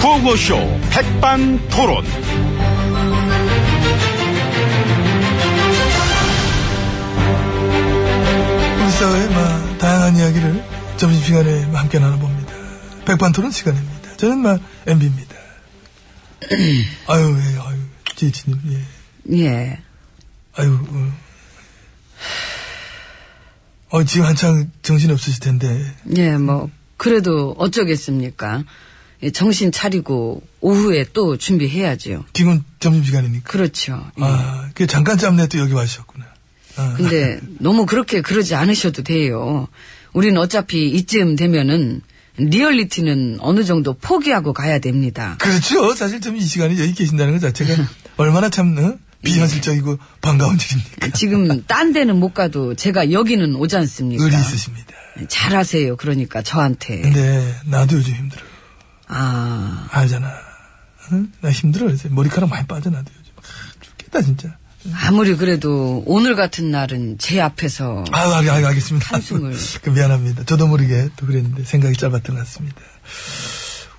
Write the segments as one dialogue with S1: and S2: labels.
S1: 구호쇼 백반토론.
S2: 우리 사회의 막 다양한 이야기를 점심시간에 막 함께 나눠봅니다. 백반토론 시간입니다. 저는 막 MB입니다. 아유, 예, 아유, 지혜진님, 예.
S3: 예.
S2: 아유, 어. 어, 지금 한창 정신이 없으실 텐데.
S3: 예, 뭐, 그래도 어쩌겠습니까. 예, 정신 차리고 오후에 또 준비해야죠.
S2: 지금 점심시간이니까.
S3: 그렇죠. 예.
S2: 아, 그 잠깐 짬내 또 여기 와주셨구나. 아,
S3: 근데 너무 그렇게 그러지 않으셔도 돼요. 우린 어차피 이쯤 되면은 리얼리티는 어느 정도 포기하고 가야 됩니다.
S2: 그렇죠. 사실 좀 이 시간에 여기 계신다는 것 자체가 얼마나 참, 어? 비현실적이고 반가운 일입니까?
S3: 그러니까. 지금 딴 데는 못 가도 제가 여기는 오지 않습니까?
S2: 의리 있으십니다.
S3: 잘하세요. 그러니까 저한테.
S2: 근데 나도 요즘 힘들어.
S3: 아,
S2: 알잖아. 응? 나 힘들어. 요새 머리카락 많이 빠져나도 요즘. 아, 죽겠다, 진짜.
S3: 아무리 그래도 오늘 같은 날은 제 앞에서
S2: 아유, 알, 알, 알겠습니다.
S3: 한숨을.
S2: 그 미안합니다. 저도 모르게 또 그랬는데 생각이 짧았던 것 같습니다.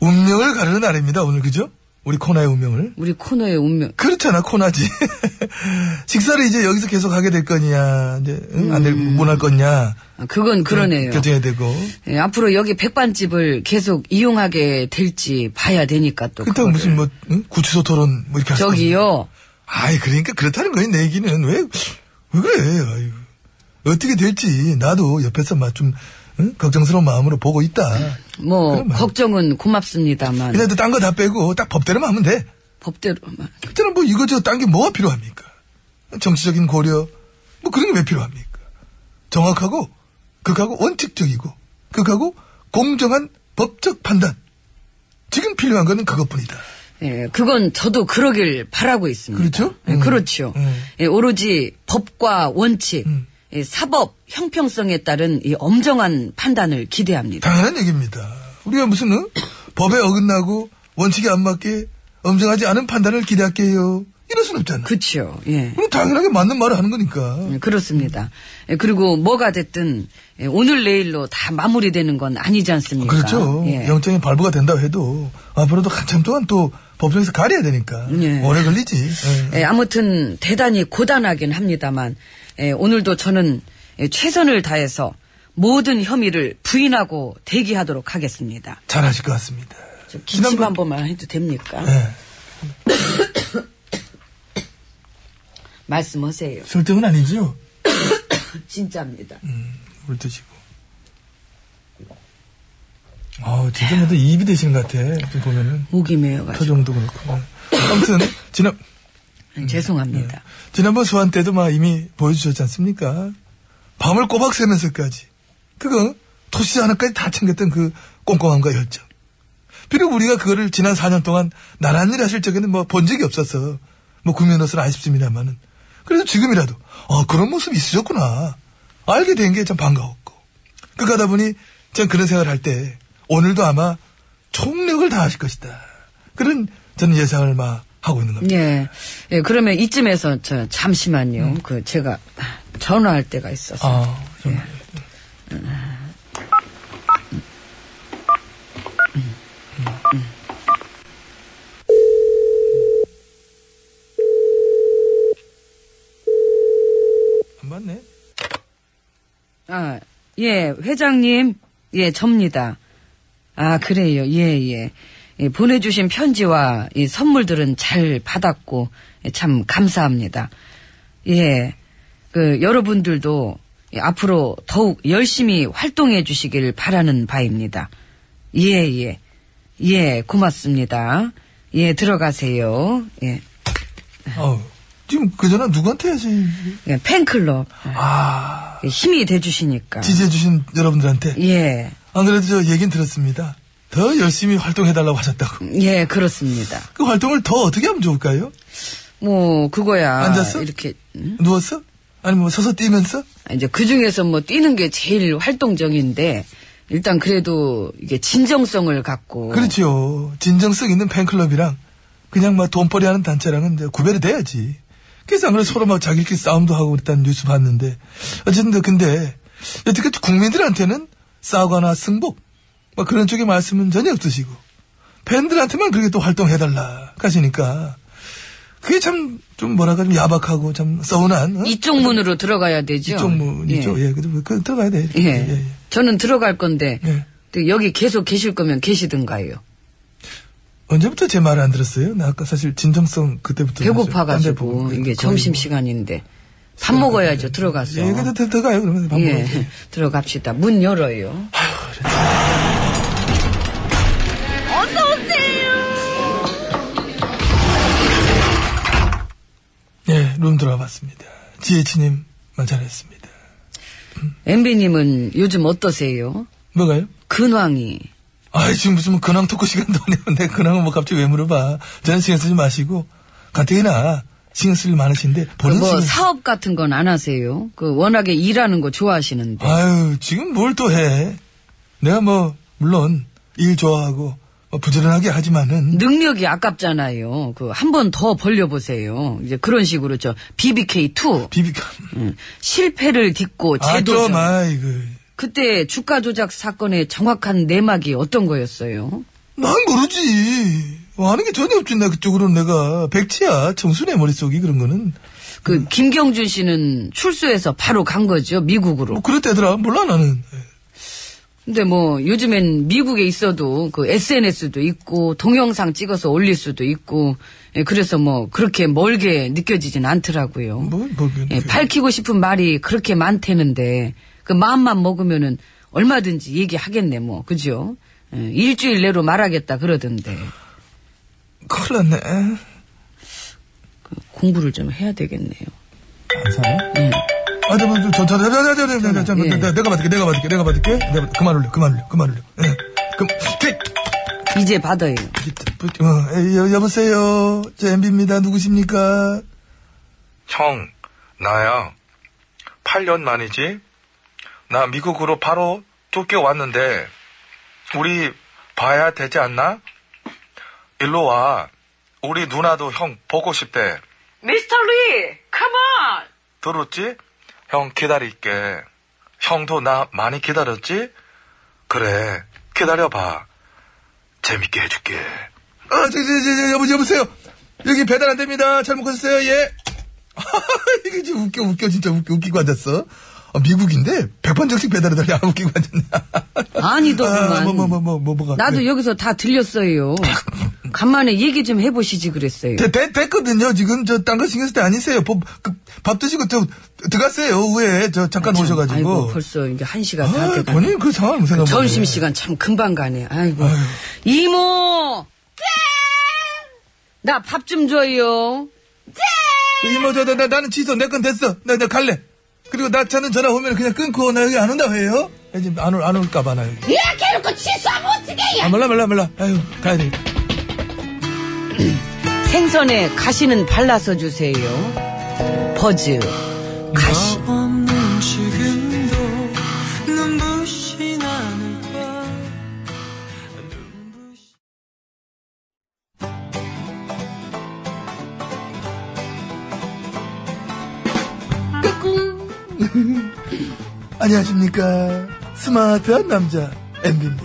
S2: 운명을 가르는 날입니다, 오늘, 그죠? 우리 코나의 운명을.
S3: 우리 코너의 운명.
S2: 그렇잖아, 코나지. 식사를 이제 여기서 계속 하게 될 거냐, 이제, 응? 안 될, 못 할 거냐.
S3: 아, 음. 그건
S2: 그러니까
S3: 그러네요.
S2: 결정해야 되고.
S3: 예, 앞으로 여기 백반집을 계속 이용하게 될지 봐야 되니까 또.
S2: 그렇다고
S3: 그거를.
S2: 무슨 뭐, 응? 구치소 토론, 뭐 이렇게 할 수도
S3: 저기요.
S2: 아이, 그러니까 그렇다는 거예요, 내 얘기는. 왜, 왜 그래, 아유. 어떻게 될지, 나도 옆에서 막 좀, 응? 걱정스러운 마음으로 보고 있다.
S3: 뭐
S2: 그럼 말이야.
S3: 걱정은 고맙습니다만
S2: 근데 딴 거 다 빼고, 딱 법대로만 하면 돼.
S3: 법대로만
S2: 그때는 뭐 이거저거 딴 게 뭐가 필요합니까? 정치적인 고려, 뭐 그런 게 왜 필요합니까? 정확하고, 극하고 원칙적이고, 극하고 공정한 법적 판단. 지금 필요한 거는 그것뿐이다.
S3: 예, 그건 저도 그러길 바라고 있습니다.
S2: 그렇죠?
S3: 예,
S2: 음.
S3: 그렇죠.
S2: 음.
S3: 예, 오로지 법과 원칙, 예, 사법 형평성에 따른 이 엄정한 판단을 기대합니다.
S2: 당연한 얘기입니다. 우리가 무슨 어? 법에 어긋나고 원칙에 안 맞게 엄정하지 않은 판단을 기대할게요. 이럴 순 없잖아. 그...
S3: 그렇죠. 예.
S2: 럼 당연하게 맞는 말을 하는 거니까.
S3: 예, 그렇습니다. 예, 그리고 뭐가 됐든 예, 오늘 내일로 다 마무리되는 건 아니지 않습니까?
S2: 그렇죠.
S3: 예.
S2: 영장이 발부가 된다고 해도 앞으로도 한참 동안 또 법정에서 가려야 되니까
S3: 예.
S2: 오래 걸리지. 예.
S3: 예, 아무튼 대단히 고단하긴 합니다만 예, 오늘도 저는 예, 최선을 다해서 모든 혐의를 부인하고 대기하도록 하겠습니다.
S2: 잘하실 것 같습니다.
S3: 좀
S2: 지난번-
S3: 기침 한 번만 해도 됩니까?
S2: 예.
S3: 말씀하세요.
S2: 술등은 아니죠.
S3: 진짜입니다.
S2: 물 드시고. 아, 진짜 뭐또 입이 되시는 것 같아. 지금 보면은
S3: 목이 메어가지고
S2: 표정도 그렇고. 아무튼 지난
S3: 네, 죄송합니다.
S2: 예. 지난번 소환 때도 막 이미 보여주셨지 않습니까? 밤을 꼬박 새면서까지. 그거, 토시 하나까지 다 챙겼던 그 꼼꼼함과 열정. 비록 우리가 그거를 지난 4년 동안 나란 일 하실 적에는 뭐 본 적이 없어서, 뭐 구면허서는 아쉽습니다만은. 그래도 지금이라도, 아, 그런 모습이 있으셨구나. 알게 된 게 참 반가웠고. 그 가다 보니, 전 그런 생각을 할 때, 오늘도 아마 총력을 다하실 것이다. 그런 저는 예상을 막 하고 있는 겁니다.
S3: 예. 예, 그러면 이쯤에서 저 잠시만요.
S2: 음.
S3: 그 제가 전화할 때가 있어서.
S2: 아, 정말. 안 맞네.
S3: 아, 예, 회장님. 예, 접니다. 아, 그래요. 예, 예. 예, 보내주신 편지와 이 선물들은 잘 받았고, 예, 참 감사합니다. 예, 그, 여러분들도 예, 앞으로 더욱 열심히 활동해 주시길 바라는 바입니다. 예, 예. 예, 고맙습니다. 예, 들어가세요. 예.
S2: 아우, 지금 그전에 누구한테 해야지.
S3: 예, 팬클럽
S2: 아,
S3: 예, 힘이 돼주시니까.
S2: 지지해주신 여러분들한테.
S3: 예,
S2: 안 그래도 저 얘긴 들었습니다. 더 열심히 활동해달라고 하셨다고.
S3: 예, 그렇습니다.
S2: 그 활동을 더 어떻게 하면 좋을까요?
S3: 뭐 그거야.
S2: 앉았어?
S3: 이렇게
S2: 누웠어? 아니 뭐 서서 뛰면서?
S3: 이제 그 중에서 뭐 뛰는 게 제일 활동적인데 일단 그래도 이게 진정성을 갖고
S2: 그렇죠. 진정성 있는 팬클럽이랑 그냥 막 돈벌이 하는 단체랑은 이제 구별이 돼야지. 그래서 안 그래 서로 막 자기끼리 싸움도 하고 그랬다는 뉴스 봤는데. 어쨌든 근데 여태껏 국민들한테는 싸우거나 승복 막 그런 쪽의 말씀은 전혀 없으시고 팬들한테만 그렇게 또 활동해달라 하시니까 그게 참 좀 뭐랄까 좀 야박하고 참 서운한 어?
S3: 이쪽 문으로 들어가야 되죠.
S2: 이쪽 문이죠. 예, 그래도 그 들어가야 돼.
S3: 예. 저는 들어갈 건데
S2: 예.
S3: 또 여기 계속 계실 거면 계시든가요.
S2: 언제부터 제 말을 안 들었어요? 나 아까 사실 진정성 그때부터 딴데 보고
S3: 배고파가지고 이게
S2: 거의
S3: 점심
S2: 뭐-
S3: 시간인데 밥 먹어야죠. 들어가서.
S2: 예, 그래도 들- 들어가요 그러면 밥
S3: 예,
S2: 먹어요.
S3: 들어갑시다. 문 열어요.
S2: 예, 룸 들어와봤습니다. 지혜치님 말 잘했습니다.
S3: 엠비님은 요즘 어떠세요?
S2: 뭐가요?
S3: 근황이.
S2: 아, 지금 무슨 근황 토크 시간도 아니고 내 근황을 뭐 갑자기 왜 물어봐? 저는 신경 쓰지 마시고 가뜩이나 신경 쓸일 많으신데
S3: 그
S2: 보는
S3: 뭐
S2: 신경.
S3: 사업 같은 건 안 하세요? 그 워낙에 일하는 거 좋아하시는데.
S2: 아유, 지금 뭘 또 해? 내가 뭐 물론 일 좋아하고 뭐 부지런하게 하지만은
S3: 능력이 아깝잖아요. 그 한 번 더 벌려보세요. 이제 그런 식으로 저 BBK2
S2: 비비가
S3: 음, 실패를 딛고
S2: 아좀
S3: 뭐 제도전.
S2: 아이고.
S3: 그때 주가 조작 사건의 정확한 내막이 어떤 거였어요?
S2: 난 모르지. 아는 게 전혀 없지. 나 그쪽으로는 내가 백치야. 청순해 머릿속이 그런 거는.
S3: 그
S2: 음.
S3: 김경준 씨는 출소해서 바로 간 거죠 미국으로.
S2: 뭐 그랬다더라. 몰라 나는.
S3: 근데 뭐 요즘엔 미국에 있어도 그 SNS도 있고 동영상 찍어서 올릴 수도 있고 예, 그래서 뭐 그렇게 멀게 느껴지진 않더라고요.
S2: 뭐, 뭐, 그-
S3: 예,
S2: 그-
S3: 밝히고 싶은 말이 그렇게 많대는데 그 마음만 먹으면은 얼마든지 얘기하겠네 뭐 그죠? 예, 일주일 내로 말하겠다 그러던데
S2: 큰일 났네.
S3: 공부를 좀 해야 되겠네요.
S2: 아, 잠깐만, 저, 저, 저, 저, 저, 저, 저, 저, 저, 저,
S3: 예.
S2: 내가 받을게, 내가 받을게, 내가 받을게. 내가 받- 그만 올려, 그만 올려, 그만 올려. 예. 그, 그,
S3: 이제 받아요.
S2: 어, 에, 여, 여보세요. 저 MB입니다. 누구십니까?
S4: 형, 나야. 8년 만이지? 나 미국으로 바로 쫓겨왔는데, 우리 봐야 되지 않나? 일로 와. 우리 누나도 형 보고 싶대.
S3: 미스터 리, 컴온!
S4: 들었지? 형 기다릴게. 형도 나 많이 기다렸지? 그래, 기다려봐. 재밌게 해줄게.
S2: 아, 저, 저, 저, 저, 여보, 여보세요. 여기 배달 안 됩니다. 잘못 가셨어요, 예. 이게 지금 웃겨, 웃겨, 진짜 웃겨, 웃기고 앉았어. 아, 미국인데, 100번 정식 배달해달라. 아, 웃기고 앉았네.
S3: 아니더구만.
S2: 아, 뭐, 뭐, 뭐, 뭐, 뭐, 뭐가.
S3: 나도
S2: 네.
S3: 여기서 다 들렸어요. 간만에 얘기 좀 해보시지 그랬어요.
S2: 대, 대, 됐거든요. 지금 저, 딴 거 신경 쓸 때 아니세요. 밥, 그, 밥 드시고, 저, 들어갔어요. 후에, 저, 잠깐 오셔가지고.
S3: 아이고 벌써 이게 한 시간 다
S2: 아,
S3: 돼가네.
S2: 본인 그 상황을 생각해.
S3: 점심 시간 참 금방 가네. 아이고 이모, 나 밥 좀 줘요.
S2: 이모, 저, 나, 나, 나는 취소. 내 건 됐어. 나, 나 갈래. 그리고 나 차는 전화 오면 그냥 끊고, 나 여기 안 온다고 해요? 나 지금 안, 올, 안 올까봐, 나 여기.
S5: 야, 걔놓고 취소하면 어떡해, 야!
S2: 아, 몰라, 몰라, 몰라. 아유, 가야 돼.
S3: 생선에 가시는 발라서 주세요. 버즈 가시.
S6: 없는 지금도 눈부시 나는 밤 눈부시
S2: 안녕하십니까. 스마트한 남자, MB입니다.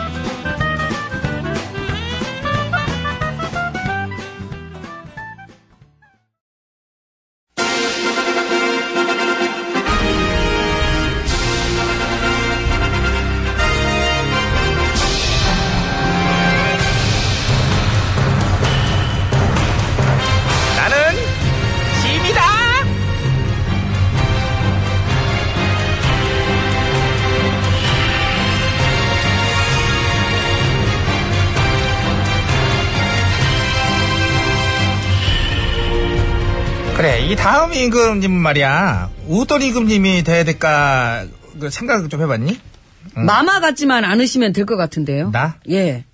S7: 나는 짐이다.
S2: 그래 이 다음 임금님 말이야 어떤 임금님이 돼야 될까 그 생각 좀 해봤니?
S3: 음. 마마 같지만 않으시면 될 것 같은데요.
S2: 나?
S3: 예.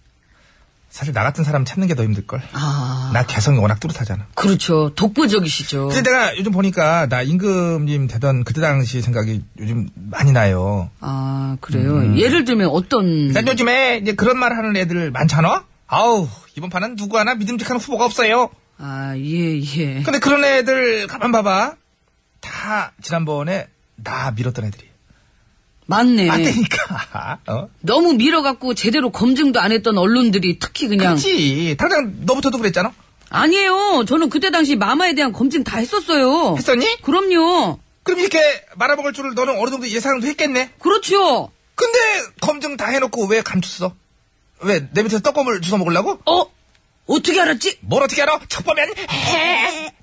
S2: 사실 나 같은 사람 찾는 게 더 힘들걸
S3: 아,
S2: 나 개성이 워낙 뚜렷하잖아
S3: 그렇죠. 독보적이시죠.
S2: 근데 내가 요즘 보니까 나 임금님 되던 그때 당시 생각이 요즘 많이 나요
S3: 아, 그래요. 예를 들면 어떤.
S2: 난 요즘에 이제 그런 말 하는 애들 많잖아 아우 이번 판은 누구 하나 믿음직한 후보가 없어요
S3: 아, 예, 예.
S2: 근데 그런 애들 가만 봐봐 다 지난번에 나 밀었던 애들이
S3: 맞네.
S2: 맞다니까 어?
S3: 너무 밀어갖고 제대로 검증도 안 했던 언론들이 특히 그냥.
S2: 그렇지 당장 너부터도 그랬잖아
S3: 아니에요. 저는 그때 당시 마마에 대한 검증 다 했었어요.
S2: 했었니?
S3: 그럼요.
S2: 그럼 이렇게 말아먹을 줄을 너는 어느 정도 예상도 했겠네?
S3: 그렇죠.
S2: 근데 검증 다 해놓고 왜 감췄어? 왜 내 밑에서 떡검을 주워 먹으려고?
S3: 어? 어떻게 알았지?
S2: 뭘 어떻게 알아? 척 보면 해,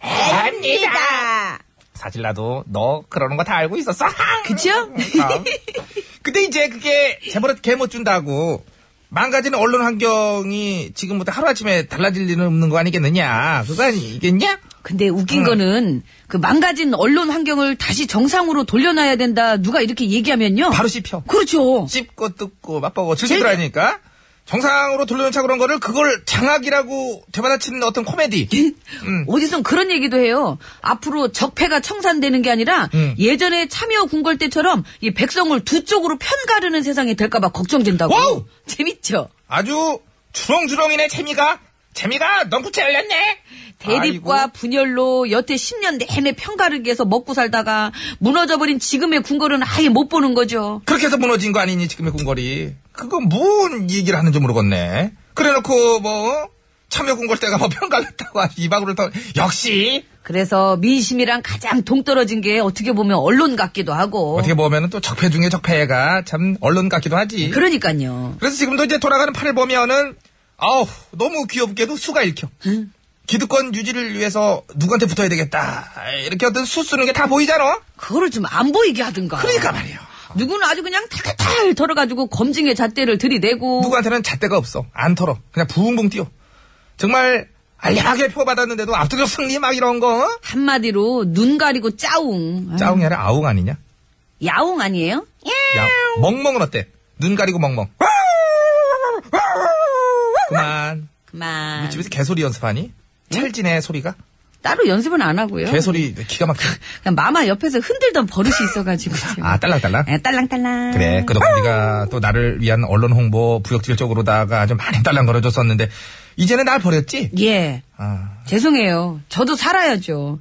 S2: 합니다. 사실 나도 너 그러는 거 다 알고 있었어.
S3: 그죠?
S2: 어. 근데 이제 그게 재벌한테 개못 준다고 망가지는 언론 환경이 지금부터 하루아침에 달라질 일은 없는 거 아니겠느냐? 그거 아니겠냐?
S3: 근데 웃긴 거는 그 망가진 언론 환경을 다시 정상으로 돌려놔야 된다. 누가 이렇게 얘기하면요.
S2: 바로 씹혀.
S3: 그렇죠.
S2: 씹고 뜯고 맛보고 즐기더라 하니까 정상으로 돌려놓자 그런 거를 그걸 장악이라고 되받아치는 어떤 코미디
S3: 어디선 그런 얘기도 해요. 앞으로 적폐가 청산되는 게 아니라
S2: 음.
S3: 예전에 참여 궁궐 때처럼 이 백성을 두 쪽으로 편가르는 세상이 될까봐 걱정된다고.
S2: 와우!
S3: 재밌죠?
S2: 아주 주렁주렁이네 재미가 재미가 넝구채 열렸네
S3: 대립과
S2: 아이고.
S3: 분열로 여태 10년 내내 편가르기에서 먹고 살다가 무너져버린 지금의 궁궐은 아예 못 보는 거죠.
S2: 그렇게 해서 무너진 거 아니니 지금의 궁궐이 그거 뭔 얘기를 하는지 모르겠네 그래놓고 뭐 참여 궁궐 때가 뭐 평가했다고 이박으로 더 역시
S3: 그래서 민심이랑 가장 동떨어진 게 어떻게 보면 언론 같기도 하고.
S2: 어떻게 보면 또 적폐 중에 적폐가 참 언론 같기도 하지
S3: 네, 그러니까요.
S2: 그래서 지금도 이제 돌아가는 판을 보면은 아우 너무 귀엽게도 수가 읽혀. 기득권 유지를 위해서 누구한테 붙어야 되겠다. 이렇게 어떤 수 쓰는 게 다 보이잖아.
S3: 그거를 좀 안 보이게 하든가.
S2: 그러니까 말이야.
S3: 누구는 아주 그냥 탈탈 털어가지고 검증의 잣대를 들이대고.
S2: 누구한테는 잣대가 없어. 안 털어. 그냥 붕붕 뛰어. 정말 알량하게 표받았는데도 압도적 승리 막 이런 거. 어?
S3: 한마디로 눈 가리고 짜웅. 아유,
S2: 짜웅이 아니라 아웅 아니냐?
S3: 야옹 아니에요?
S2: 야 멍멍은 어때? 눈 가리고 멍멍. 그만.
S3: 그만.
S2: 우리 집에서 개소리 연습하니? 찰지네 소리가.
S3: 따로 연습은 안 하고요.
S2: 개소리 기가 막혀.
S3: 그냥 마마 옆에서 흔들던 버릇이 있어가지고. 지금.
S2: 아 딸랑딸랑.
S3: 예, 딸랑딸랑.
S2: 그래, 그동안 우리가 또 나를 위한 언론 홍보 부역질 쪽으로다가 아주 많이 딸랑거려줬었는데, 이제는 날 버렸지?
S3: 예.
S2: 아,
S3: 죄송해요. 저도 살아야죠.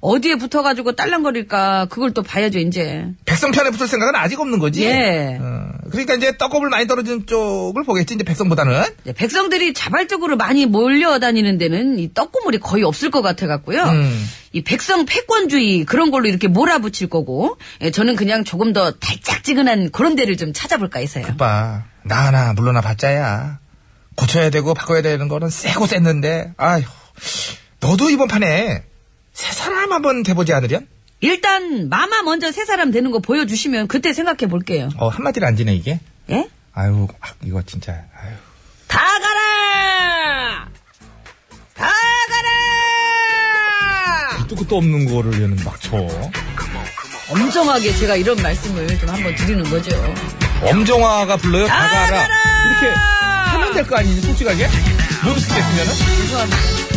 S3: 어디에 붙어가지고 딸랑거릴까 그걸 또 봐야죠 이제.
S2: 백성 편에 붙을 생각은 아직 없는 거지?
S3: 예.
S2: 어, 그러니까 이제 떡겁을 많이 떨어진 쪽을 보겠지, 이제 백성보다는.
S3: 이제 백성들이 자발적으로 많이 몰려다니는 데는 이 떡고물이 거의 없을 것 같아 갖고요.
S2: 음.
S3: 이 백성 패권주의 그런 걸로 이렇게 몰아붙일 거고, 예, 저는 그냥 조금 더 달짝지근한 그런 데를 좀 찾아볼까 해서요.
S2: 오빠, 나 하나 물러나 봤자야. 고쳐야 되고 바꿔야 되는 거는 세고 쎘는데, 아휴. 너도 이번 판에 새 사람 한번 돼보지 않으련?
S3: 일단 마마 먼저 세 사람 되는 거 보여주시면 그때 생각해 볼게요.
S2: 어, 한마디를 안 지네, 이게.
S3: 예?
S2: 아유, 아, 이거 진짜, 아유.
S3: 다 가라! 다 가라!
S2: 또 끝도 없는 거를 얘는 막 쳐.
S3: 엄정하게 제가 이런 말씀을 좀 한번 드리는 거죠.
S2: 엄정화가 불러요 다가라
S3: 다가라!
S2: 이렇게 하면 될 거 아니니 솔직하게 못 쓰겠으면은
S3: 죄송합니다.